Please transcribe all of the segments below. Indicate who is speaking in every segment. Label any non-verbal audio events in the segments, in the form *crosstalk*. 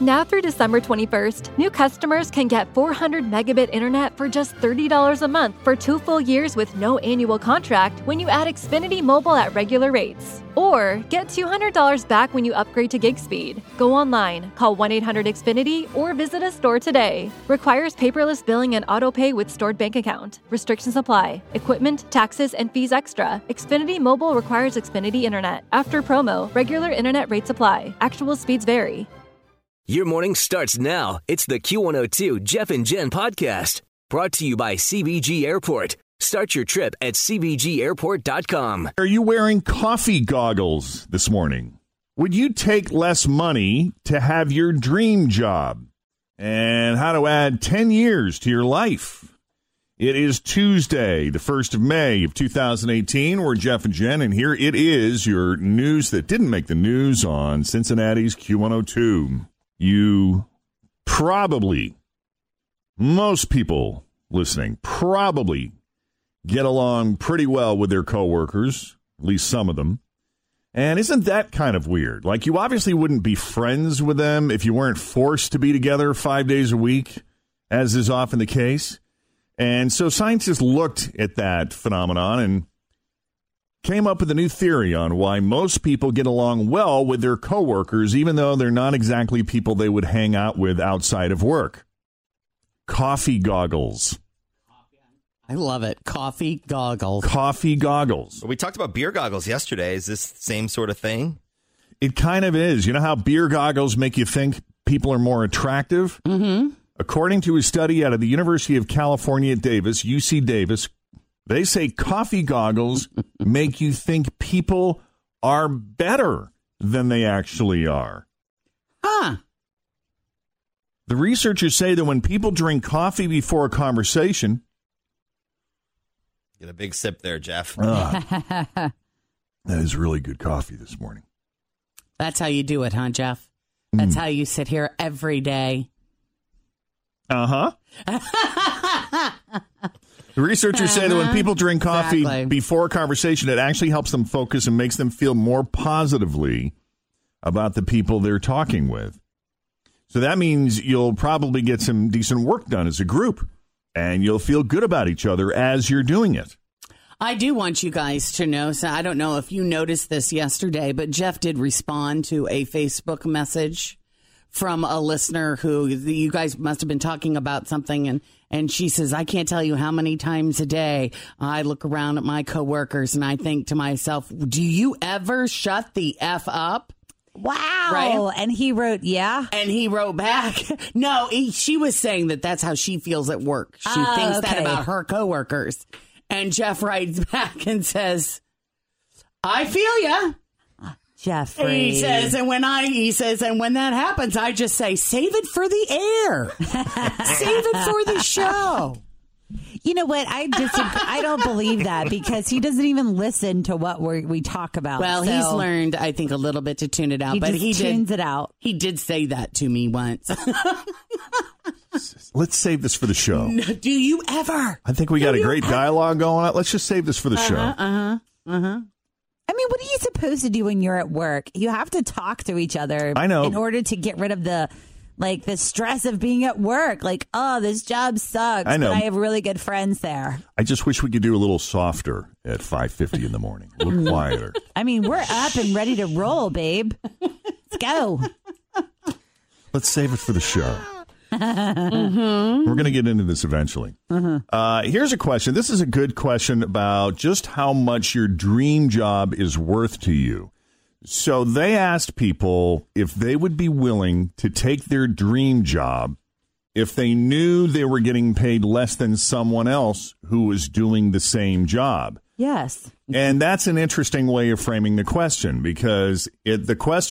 Speaker 1: Now through December 21st, new customers can get 400 megabit internet for just $30 a month for two full years with no annual contract when you add Xfinity Mobile at regular rates. Or get $200 back when you upgrade to gig speed. Go online, call 1 800 Xfinity, or visit a store today. Requires paperless billing and auto pay with stored bank account. Restrictions apply. Equipment, taxes, and fees extra. Xfinity Mobile requires Xfinity Internet. After promo, regular internet rates apply. Actual speeds vary.
Speaker 2: Your morning starts now. It's the Q102 Jeff and Jen podcast brought to you by CBG Airport. Start your trip at CBGAirport.com.
Speaker 3: Are you wearing coffee goggles this morning? Would you take less money to have your dream job? And how to add 10 years to your life? It is Tuesday, the 1st of May of 2018. We're Jeff and Jen, and here it is your news that didn't make the news on Cincinnati's Q102 you probably, most people listening, probably get along pretty well with their coworkers, at least some of them. And isn't that kind of weird? Like, you obviously wouldn't be friends with them if you weren't forced to be together five days a week, as is often the case. And so scientists looked at that phenomenon and came up with a new theory on why most people get along well with their coworkers, even though they're not exactly people they would hang out with outside of work. Coffee goggles.
Speaker 4: I love it. Coffee goggles.
Speaker 3: Coffee goggles.
Speaker 5: We talked about beer goggles yesterday. Is this the same sort of thing?
Speaker 3: It kind of is. You know how beer goggles make you think people are more attractive?
Speaker 4: Mm-hmm.
Speaker 3: According to a study out of the University of California at Davis, UC Davis, they say coffee goggles make you think people are better than they actually are.
Speaker 4: Huh. *laughs*
Speaker 3: The researchers say that when people drink coffee before a conversation,
Speaker 5: Get a big sip there, Jeff.
Speaker 3: ah, that is really good coffee this morning.
Speaker 4: That's how you do it, huh, Jeff? That's how you sit here every day. *laughs*
Speaker 3: Uh huh. the researchers say that when people drink coffee
Speaker 4: Exactly.
Speaker 3: before a conversation, it actually helps them focus and makes them feel more positively about the people they're talking with. So that means you'll probably get some decent work done as a group and you'll feel good about each other as you're doing it.
Speaker 4: I do want you guys to know. So I don't know if you noticed this yesterday, but Jeff did respond to a Facebook message from a listener who you guys must have been talking about something and and she says I can't tell you how many times a day I look around at my coworkers and I think to myself, do you ever shut the f up?
Speaker 6: Wow.
Speaker 4: Right?
Speaker 6: And he wrote, yeah.
Speaker 4: And he wrote back, *laughs* no, he, she was saying that that's how she feels at work. She
Speaker 6: Oh,
Speaker 4: thinks that
Speaker 6: okay.
Speaker 4: about her coworkers. And Jeff writes *laughs* back and says, I feel ya. And
Speaker 6: Jeffrey.
Speaker 4: He says, and when I, he says, and when that happens, I just say, save it for the
Speaker 6: *laughs*
Speaker 4: air, save it for the show.
Speaker 6: You know what? I disagree.
Speaker 4: *laughs*
Speaker 6: I don't believe that because he doesn't even listen to what we we talk about.
Speaker 4: Well,
Speaker 6: So
Speaker 4: he's learned, I think, a little bit to tune it out,
Speaker 6: He
Speaker 4: but
Speaker 6: just
Speaker 4: he
Speaker 6: tunes
Speaker 4: did.
Speaker 6: it out.
Speaker 4: He did say that to me once. *laughs*
Speaker 3: Let's save this for the show.
Speaker 4: Do you ever?
Speaker 3: I think we got a great dialogue going on. Let's just save this for the show.
Speaker 6: I mean, what are you supposed to do when you're at work? You have to talk to each other.
Speaker 3: I know.
Speaker 6: In order to get rid of the like the stress of being at work. Like, oh, this job sucks.
Speaker 3: I know.
Speaker 6: But I have really good friends there.
Speaker 3: I just wish we could do a little softer at 5:50 in the morning. A little quieter.
Speaker 6: I mean, we're up and ready to roll, babe. Let's go.
Speaker 3: Let's save it for the show. We're going to get into this eventually. Uh, here's a question. This is a good question about just how much your dream job is worth to you. So they asked people if they would be willing to take their dream job if they knew they were getting paid less than someone else who was doing the same job.
Speaker 6: Yes.
Speaker 3: And that's an interesting way of framing the question because it, the question.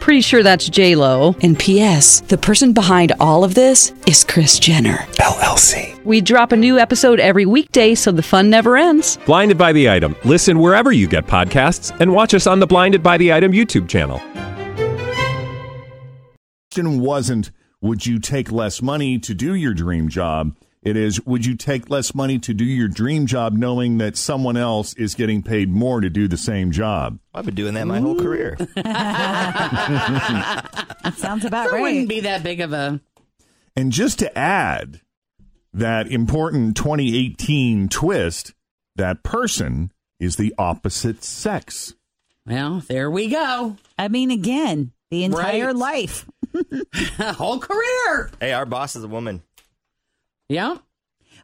Speaker 7: Pretty sure that's J Lo.
Speaker 8: And P.S. The person behind all of this is Chris Jenner.
Speaker 9: LLC.
Speaker 7: We drop a new episode every weekday, so the fun never ends.
Speaker 9: Blinded by the item. Listen wherever you get podcasts, and watch us on the Blinded by the Item YouTube channel.
Speaker 3: question wasn't would you take less money to do your dream job? It is would you take less money to do your dream job knowing that someone else is getting paid more to do the same job?
Speaker 5: I've been doing that my whole
Speaker 4: *laughs*
Speaker 5: career.
Speaker 6: That sounds about
Speaker 4: That
Speaker 6: right.
Speaker 4: wouldn't be that big of a.
Speaker 3: And just to add that important 2018 twist, that person is the opposite sex.
Speaker 4: Well, there we go.
Speaker 6: I mean, again, the entire
Speaker 4: Right.
Speaker 6: life.
Speaker 4: *laughs* whole career.
Speaker 5: hey, our boss is a woman.
Speaker 4: Yeah.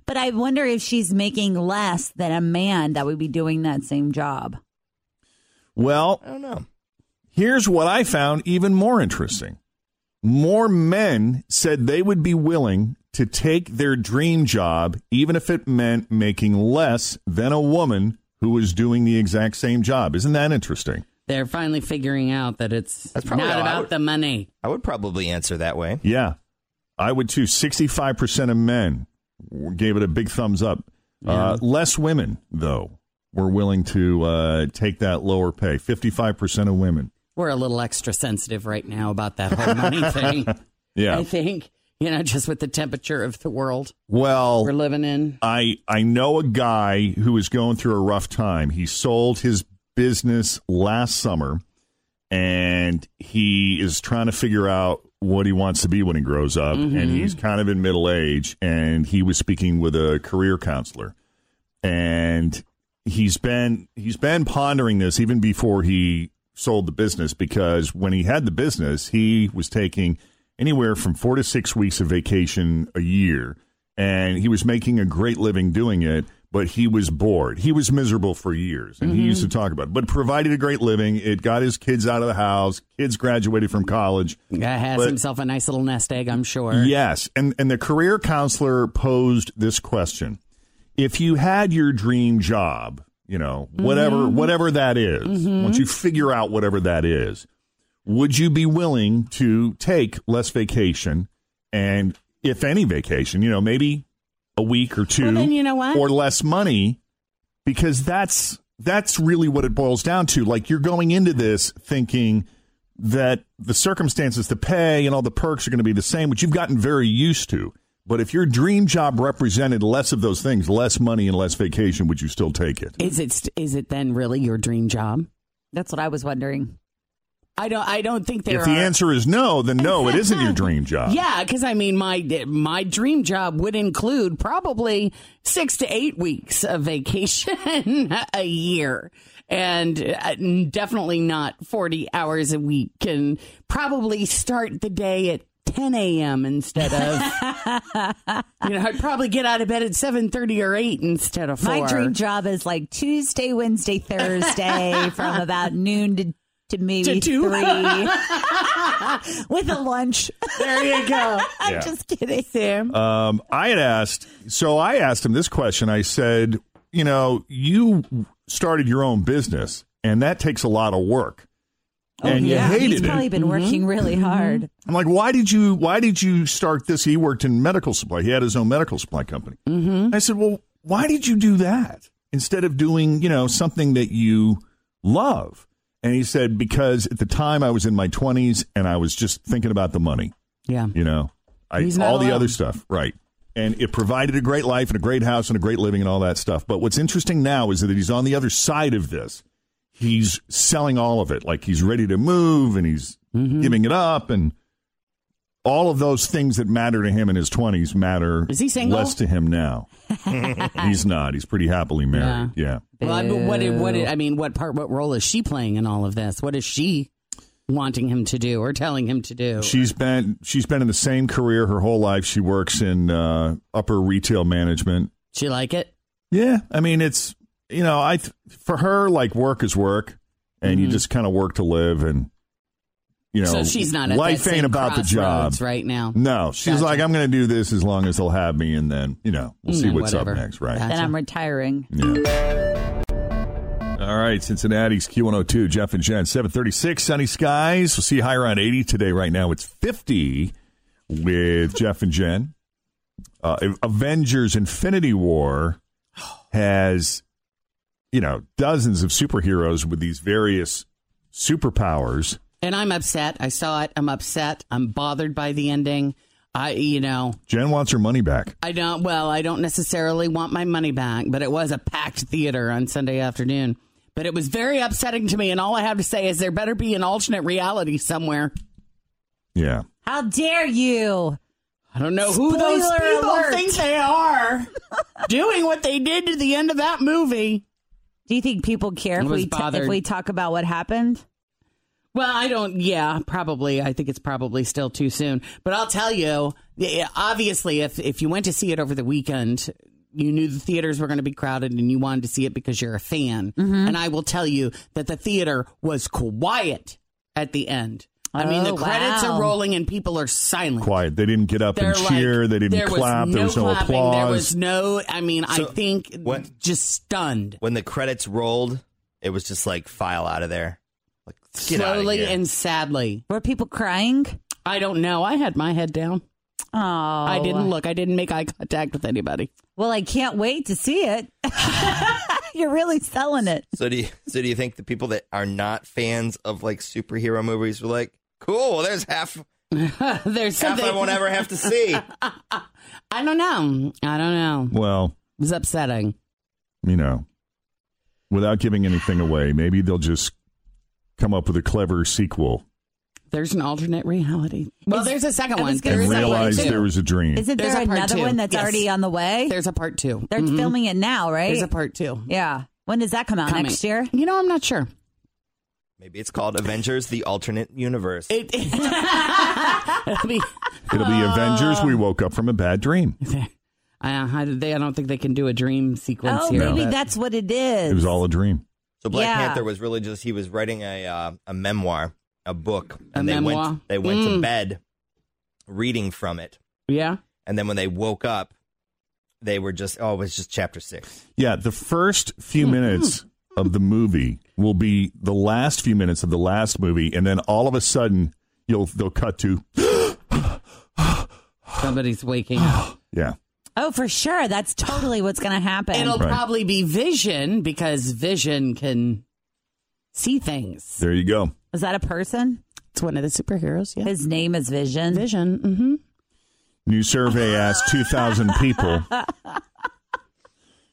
Speaker 6: But I wonder if she's making less than a man that would be doing that same job.
Speaker 3: Well,
Speaker 5: I don't know.
Speaker 3: Here's what I found even more interesting. More men said they would be willing to take their dream job, even if it meant making less than a woman who was doing the exact same job. Isn't that interesting?
Speaker 4: They're finally figuring out that it's
Speaker 5: That's
Speaker 4: not
Speaker 5: probably how I
Speaker 4: about
Speaker 5: would-
Speaker 4: the money.
Speaker 5: I would probably answer that way.
Speaker 3: Yeah. I would too. 65% of men gave it a big thumbs up. Uh, less women, though, were willing to uh, take that lower pay. 55% of women.
Speaker 4: We're a little extra sensitive right now about that whole
Speaker 3: *laughs*
Speaker 4: money thing.
Speaker 3: Yeah.
Speaker 4: I think, you know, just with the temperature of the world
Speaker 3: well,
Speaker 4: we're living in.
Speaker 3: I I know a guy who is going through a rough time. He sold his business last summer and he is trying to figure out what he wants to be when he grows up and he's kind of in middle age and he was speaking with a career counselor and he's been he's been pondering this even before he sold the business because when he had the business he was taking anywhere from 4 to 6 weeks of vacation a year and he was making a great living doing it but he was bored he was miserable for years and he used to talk about it but provided a great living it got his kids out of the house kids graduated from college
Speaker 4: Guy has
Speaker 3: But-
Speaker 4: himself a nice little nest egg, I'm sure.
Speaker 3: Yes, and and the career counselor posed this question: If you had your dream job, you know, whatever
Speaker 4: Mm-hmm.
Speaker 3: whatever that is, once you figure out whatever that is, would you be willing to take less vacation and if any vacation, you know, maybe a week or two
Speaker 4: Well, then you know what?
Speaker 3: or less money because that's that's really what it boils down to. Like you're going into this thinking that the circumstances, the pay, and all the perks are going to be the same, which you've gotten very used to. But if your dream job represented less of those things, less money and less vacation, would you still take it?
Speaker 4: Is it st- is it then really your dream job?
Speaker 6: That's what I was wondering.
Speaker 4: I don't I don't think there
Speaker 3: if the
Speaker 4: are
Speaker 3: answer is no, then no, it isn't your dream job.
Speaker 4: Yeah, because I mean, my my dream job would include probably six to eight weeks of vacation *laughs* a year, and uh, definitely not forty hours a week. And probably start the day at ten a.m. instead *laughs* of you know I'd probably get out of bed at seven thirty or eight instead of four.
Speaker 6: My dream job is like Tuesday,
Speaker 4: *laughs*
Speaker 6: Wednesday, Thursday from about noon to, to maybe
Speaker 4: To two. *laughs*
Speaker 6: three *laughs* with a lunch. *laughs*
Speaker 4: There you go.
Speaker 6: I'm
Speaker 3: Yeah.
Speaker 6: just kidding. Sam.
Speaker 3: Um, I had asked, so I asked him this question. I said, you know, you started your own business, and that takes a lot of work. and you
Speaker 6: Oh, yeah.
Speaker 3: hated
Speaker 6: He's
Speaker 3: it.
Speaker 6: probably
Speaker 4: Mm-hmm.
Speaker 6: been working really hard.
Speaker 3: I'm like, why did you? Why did you start this? He worked in medical supply. He had his own medical supply company. Mm-hmm. I said, well, why did you do that instead of doing, you know, something that you love? And he said, because at the time I was in my 20s and I was just thinking about the money.
Speaker 4: *laughs* Yeah.
Speaker 3: You know, I,
Speaker 4: He's not
Speaker 3: all the
Speaker 4: alone.
Speaker 3: other stuff, right? And it provided a great life and a great house and a great living and all that stuff. But what's interesting now is that he's on the other side of this. He's selling all of it, like he's ready to move and he's
Speaker 4: Mm-hmm.
Speaker 3: giving it up, and all of those things that matter to him in his twenties matter
Speaker 4: Is he single?
Speaker 3: less to him
Speaker 4: *laughs*
Speaker 3: now. he's not. He's pretty happily married. Yeah.
Speaker 4: Well, I, but what, did- what, did- I mean, what part, what role is she playing in all of this? What is she wanting him to do or telling him to do?
Speaker 3: She's been she's been in the same career her whole life. She works in uh, upper retail management.
Speaker 4: She like it?
Speaker 3: Yeah, I mean it's you know I th- for her like work is work, and you
Speaker 4: Mhm.
Speaker 3: just kind of work to live, and you know
Speaker 4: so she's not. At
Speaker 3: life
Speaker 4: that same
Speaker 3: ain't about the job.
Speaker 4: crossroads right now.
Speaker 3: No, she's
Speaker 4: Gotcha.
Speaker 3: like I'm going to do this as long as they'll have me, and then you know we'll see
Speaker 4: Mm,
Speaker 3: what's
Speaker 4: whatever.
Speaker 3: up next, right?
Speaker 6: Then I'm retiring.
Speaker 3: All right, Cincinnati's Q102, Jeff and Jen, 736, sunny skies. We'll see higher around 80 today. Right now it's 50 with Jeff and Jen. Uh, Avengers Infinity War has, you know, dozens of superheroes with these various superpowers.
Speaker 4: And I'm upset. I saw it. I'm upset. I'm bothered by the ending. I, you know,
Speaker 3: Jen wants her money back.
Speaker 4: I don't. Well, I don't necessarily want my money back, but it was a packed theater on Sunday afternoon. But it was very upsetting to me. And all I have to say is there better be an alternate reality somewhere.
Speaker 3: Yeah.
Speaker 6: How dare you?
Speaker 4: I don't know who those
Speaker 6: Spoiler
Speaker 4: people
Speaker 6: alert.
Speaker 4: think they are
Speaker 6: *laughs*
Speaker 4: doing what they did to the end of that movie.
Speaker 6: Do you think people care
Speaker 4: I
Speaker 6: if
Speaker 4: was
Speaker 6: we, t- if
Speaker 4: bothered.
Speaker 6: we talk about what happened?
Speaker 4: Well, I don't. Yeah, probably. I think it's probably still too soon. But I'll tell you, yeah, obviously, if if you went to see it over the weekend, you knew the theaters were going to be crowded, and you wanted to see it because you're a fan.
Speaker 6: Mm-hmm.
Speaker 4: And I will tell you that the theater was quiet at the end. I mean, the
Speaker 6: Oh,
Speaker 4: credits
Speaker 6: wow.
Speaker 4: are rolling and people are silent.
Speaker 3: Quiet. They didn't get up
Speaker 4: They're
Speaker 3: and
Speaker 4: like-
Speaker 3: cheer. they didn't
Speaker 4: there
Speaker 3: clap.
Speaker 4: Was no
Speaker 3: there was no
Speaker 4: clapping.
Speaker 3: applause.
Speaker 4: There was no. I mean,
Speaker 5: So,
Speaker 4: I think
Speaker 5: what-
Speaker 4: just stunned.
Speaker 5: When the credits rolled, it was just like file out of there. Like get outta
Speaker 4: Slowly
Speaker 5: here.
Speaker 4: and sadly.
Speaker 6: Were people crying?
Speaker 4: I don't know. I had my head down.
Speaker 6: Oh,
Speaker 4: I didn't look. I didn't make eye contact with anybody. *laughs*
Speaker 6: Well, I can't wait to see it. *laughs* You're really selling it.
Speaker 5: so do you so do you think the people that are not fans of like superhero movies were like, Cool, well there's half
Speaker 4: There's
Speaker 5: half
Speaker 4: something
Speaker 5: I won't ever have to
Speaker 4: *laughs*
Speaker 5: see.
Speaker 4: I don't know. I don't know.
Speaker 3: well,
Speaker 4: It was upsetting.
Speaker 3: you know, without giving anything away, maybe they'll just come up with a clever sequel
Speaker 4: There's an alternate reality. Well,
Speaker 6: Is-
Speaker 4: there's a second
Speaker 6: I
Speaker 4: one.
Speaker 6: was gonna
Speaker 4: There
Speaker 3: and
Speaker 4: is
Speaker 6: say,
Speaker 4: a part
Speaker 3: realize
Speaker 4: two.
Speaker 3: there was a dream.
Speaker 6: Isn't
Speaker 4: There's
Speaker 6: there
Speaker 4: a part
Speaker 6: another
Speaker 4: two.
Speaker 6: one that's
Speaker 4: Yes.
Speaker 6: already on the way?
Speaker 4: There's a part 2
Speaker 6: They're
Speaker 4: Mhm.
Speaker 6: filming it now, right?
Speaker 4: There's a part two.
Speaker 6: yeah. When does that come out
Speaker 4: coming.
Speaker 6: next year?
Speaker 4: You know, I'm not sure.
Speaker 5: Maybe it's called Avengers the Alternate Universe.
Speaker 4: *laughs*
Speaker 5: *laughs*
Speaker 4: It, it'll be. *laughs*
Speaker 3: It'll be Avengers. We woke up from a bad dream.
Speaker 4: I, I, they, I don't think they can do a dream sequence
Speaker 6: Oh,
Speaker 4: here.
Speaker 6: maybe
Speaker 4: but-
Speaker 6: that's what it is.
Speaker 3: It was all a dream.
Speaker 5: So Black
Speaker 6: Yeah.
Speaker 5: Panther was really just he was writing a uh, a memoir, a book,
Speaker 4: A
Speaker 5: and they
Speaker 4: memoir?
Speaker 5: went they went to
Speaker 4: Mm.
Speaker 5: bed reading from it,
Speaker 4: yeah.
Speaker 5: and then when they woke up, they were just oh it was just chapter six.
Speaker 3: Yeah, the first few
Speaker 4: Hmm.
Speaker 3: minutes of the movie will be the last few minutes of the last movie, and then all of a sudden you'll they'll cut to *gasps*
Speaker 4: Somebody's waking
Speaker 6: *sighs*
Speaker 4: up.
Speaker 3: yeah.
Speaker 6: Oh, for sure. That's totally what's going to happen.
Speaker 4: It'll
Speaker 3: Right.
Speaker 4: probably be Vision because Vision can see things.
Speaker 3: There you go.
Speaker 6: is that a person?
Speaker 4: It's one of the superheroes. Yeah.
Speaker 6: His name is Vision.
Speaker 4: Vision. Mm-hmm.
Speaker 3: New survey asked two thousand people.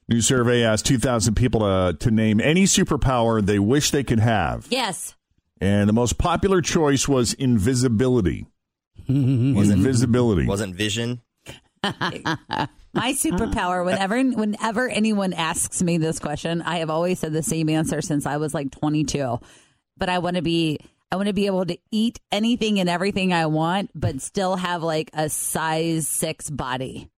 Speaker 3: New survey asked two thousand people to to name any superpower they wish they could have,
Speaker 6: Yes.
Speaker 3: and the most popular choice was invisibility. invisibility.
Speaker 5: Wasn't Vision?
Speaker 4: *laughs* Uh-huh.
Speaker 6: My superpower, whenever whenever anyone asks me this question, I have always said the same answer since I was like 22. But I want to be I want to be able to eat anything and everything I want, but still have like a size six body.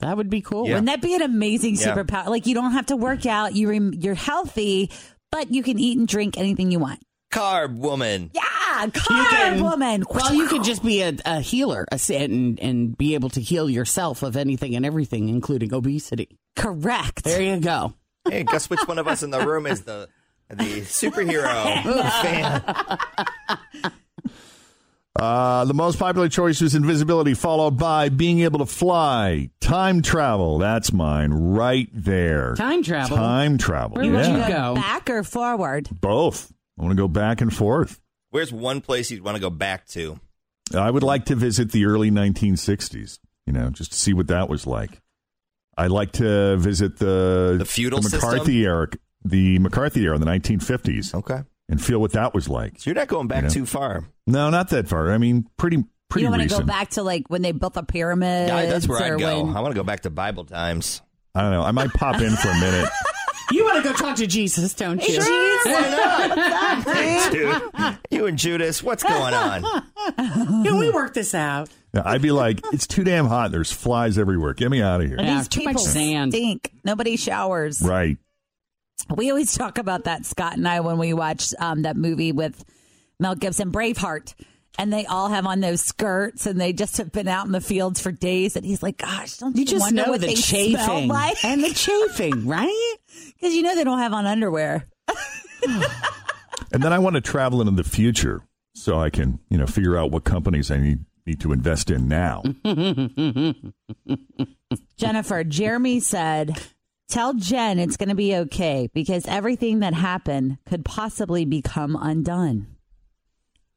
Speaker 4: That would be cool.
Speaker 5: Yeah.
Speaker 6: Wouldn't that be an amazing
Speaker 5: Yeah.
Speaker 6: superpower? Like you don't have to work out. You rem- you're healthy, but you can eat and drink anything you want.
Speaker 5: Carb Woman.
Speaker 6: Yeah,
Speaker 4: You
Speaker 6: car
Speaker 4: can-
Speaker 6: woman.
Speaker 4: Well, you could just be a, a healer a, sa- and, and be able to heal yourself of anything and everything, including obesity.
Speaker 6: correct.
Speaker 4: There you go.
Speaker 5: Hey, guess which one of us in the room is the the
Speaker 4: *laughs*
Speaker 5: superhero fan.
Speaker 3: Uh, the most popular choice was invisibility, followed by being able to fly, time travel. That's mine right there.
Speaker 4: Time travel?
Speaker 3: Time travel.
Speaker 6: Where would
Speaker 3: yeah.
Speaker 6: you go? Back or forward?
Speaker 3: Both. I want to go back and forth.
Speaker 5: Where's one place you'd want to go back to?
Speaker 3: I would like to visit the early 1960s, you know, just to see what that was like. I'd like to visit the,
Speaker 5: The feudal
Speaker 3: the
Speaker 5: system?
Speaker 3: McCarthy era, the McCarthy era in the 1950s.
Speaker 5: Okay.
Speaker 3: And feel what that was like.
Speaker 5: So you're not going back
Speaker 3: You know?
Speaker 5: too far.
Speaker 3: No, not that far. I mean, pretty pretty
Speaker 6: you don't want to
Speaker 3: recent.
Speaker 6: go back to like when they built the pyramids.
Speaker 5: Yeah, that's where
Speaker 6: or
Speaker 5: I'd go.
Speaker 6: Uh, when-
Speaker 5: I want to go back to
Speaker 2: *laughs*
Speaker 5: Bible times.
Speaker 3: I don't know. I might pop in for a
Speaker 6: *laughs*
Speaker 3: minute.
Speaker 4: You want to go talk to Jesus, don't you?
Speaker 5: Dude, you and Judas, what's going on?
Speaker 4: Can we work this out?
Speaker 3: Yeah, I'd be like, it's too damn hot. There's flies everywhere. Get me out of here.
Speaker 6: And these people stink. Nobody showers.
Speaker 3: Right.
Speaker 6: We always talk about that, Scott and I, when we watch um, that movie with Mel Gibson, Braveheart. And they all have on those skirts, and they just have been out in the fields for days. And he's like, "Gosh, don't you,
Speaker 4: You just
Speaker 6: wonder
Speaker 4: know
Speaker 6: what
Speaker 4: the
Speaker 6: they *laughs* smell
Speaker 4: chafing *laughs*
Speaker 6: like?"
Speaker 4: and the chafing, right?
Speaker 6: Because you know they don't have on underwear.
Speaker 3: And then I want to travel into the future so I can, you know, figure out what companies I need, need to invest in now.
Speaker 6: Jennifer, Jeremy said, tell Jen it's going to be okay because everything that happened could possibly become undone.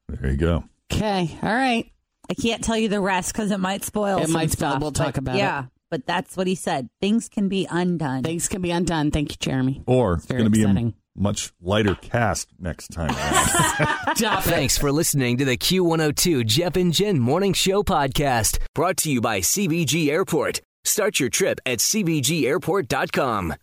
Speaker 6: Mm-hmm.
Speaker 3: There you go.
Speaker 4: Okay, all right.
Speaker 6: I can't tell you the rest because it might spoil.
Speaker 4: It
Speaker 6: some
Speaker 4: might spoil.
Speaker 6: stuff,
Speaker 4: We'll
Speaker 6: but
Speaker 4: talk about it.
Speaker 6: Yeah, but that's what he said. Things can be undone.
Speaker 4: Things can be undone. Thank you, Jeremy.
Speaker 3: Or it's
Speaker 4: very
Speaker 3: going to be a
Speaker 4: upsetting.
Speaker 3: much lighter cast next time. around.
Speaker 4: *laughs*
Speaker 2: Thanks for listening to the Q102 Jeff and Jen Morning Show podcast brought to you by CBG Airport. Start your trip at CBGAirport.com.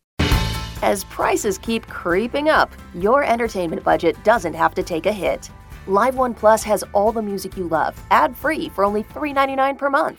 Speaker 10: As prices keep creeping up, your entertainment budget doesn't have to take a hit. Live One Plus has all the music you love, ad free for only $3.99 per month.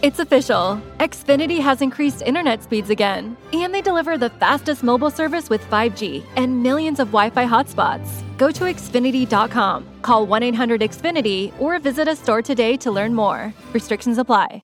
Speaker 1: It's official. Xfinity has increased internet speeds again, and they deliver the fastest mobile service with 5G and millions of Wi Fi hotspots. Go to Xfinity.com, call 1 800 Xfinity, or visit a store today to learn more. Restrictions apply.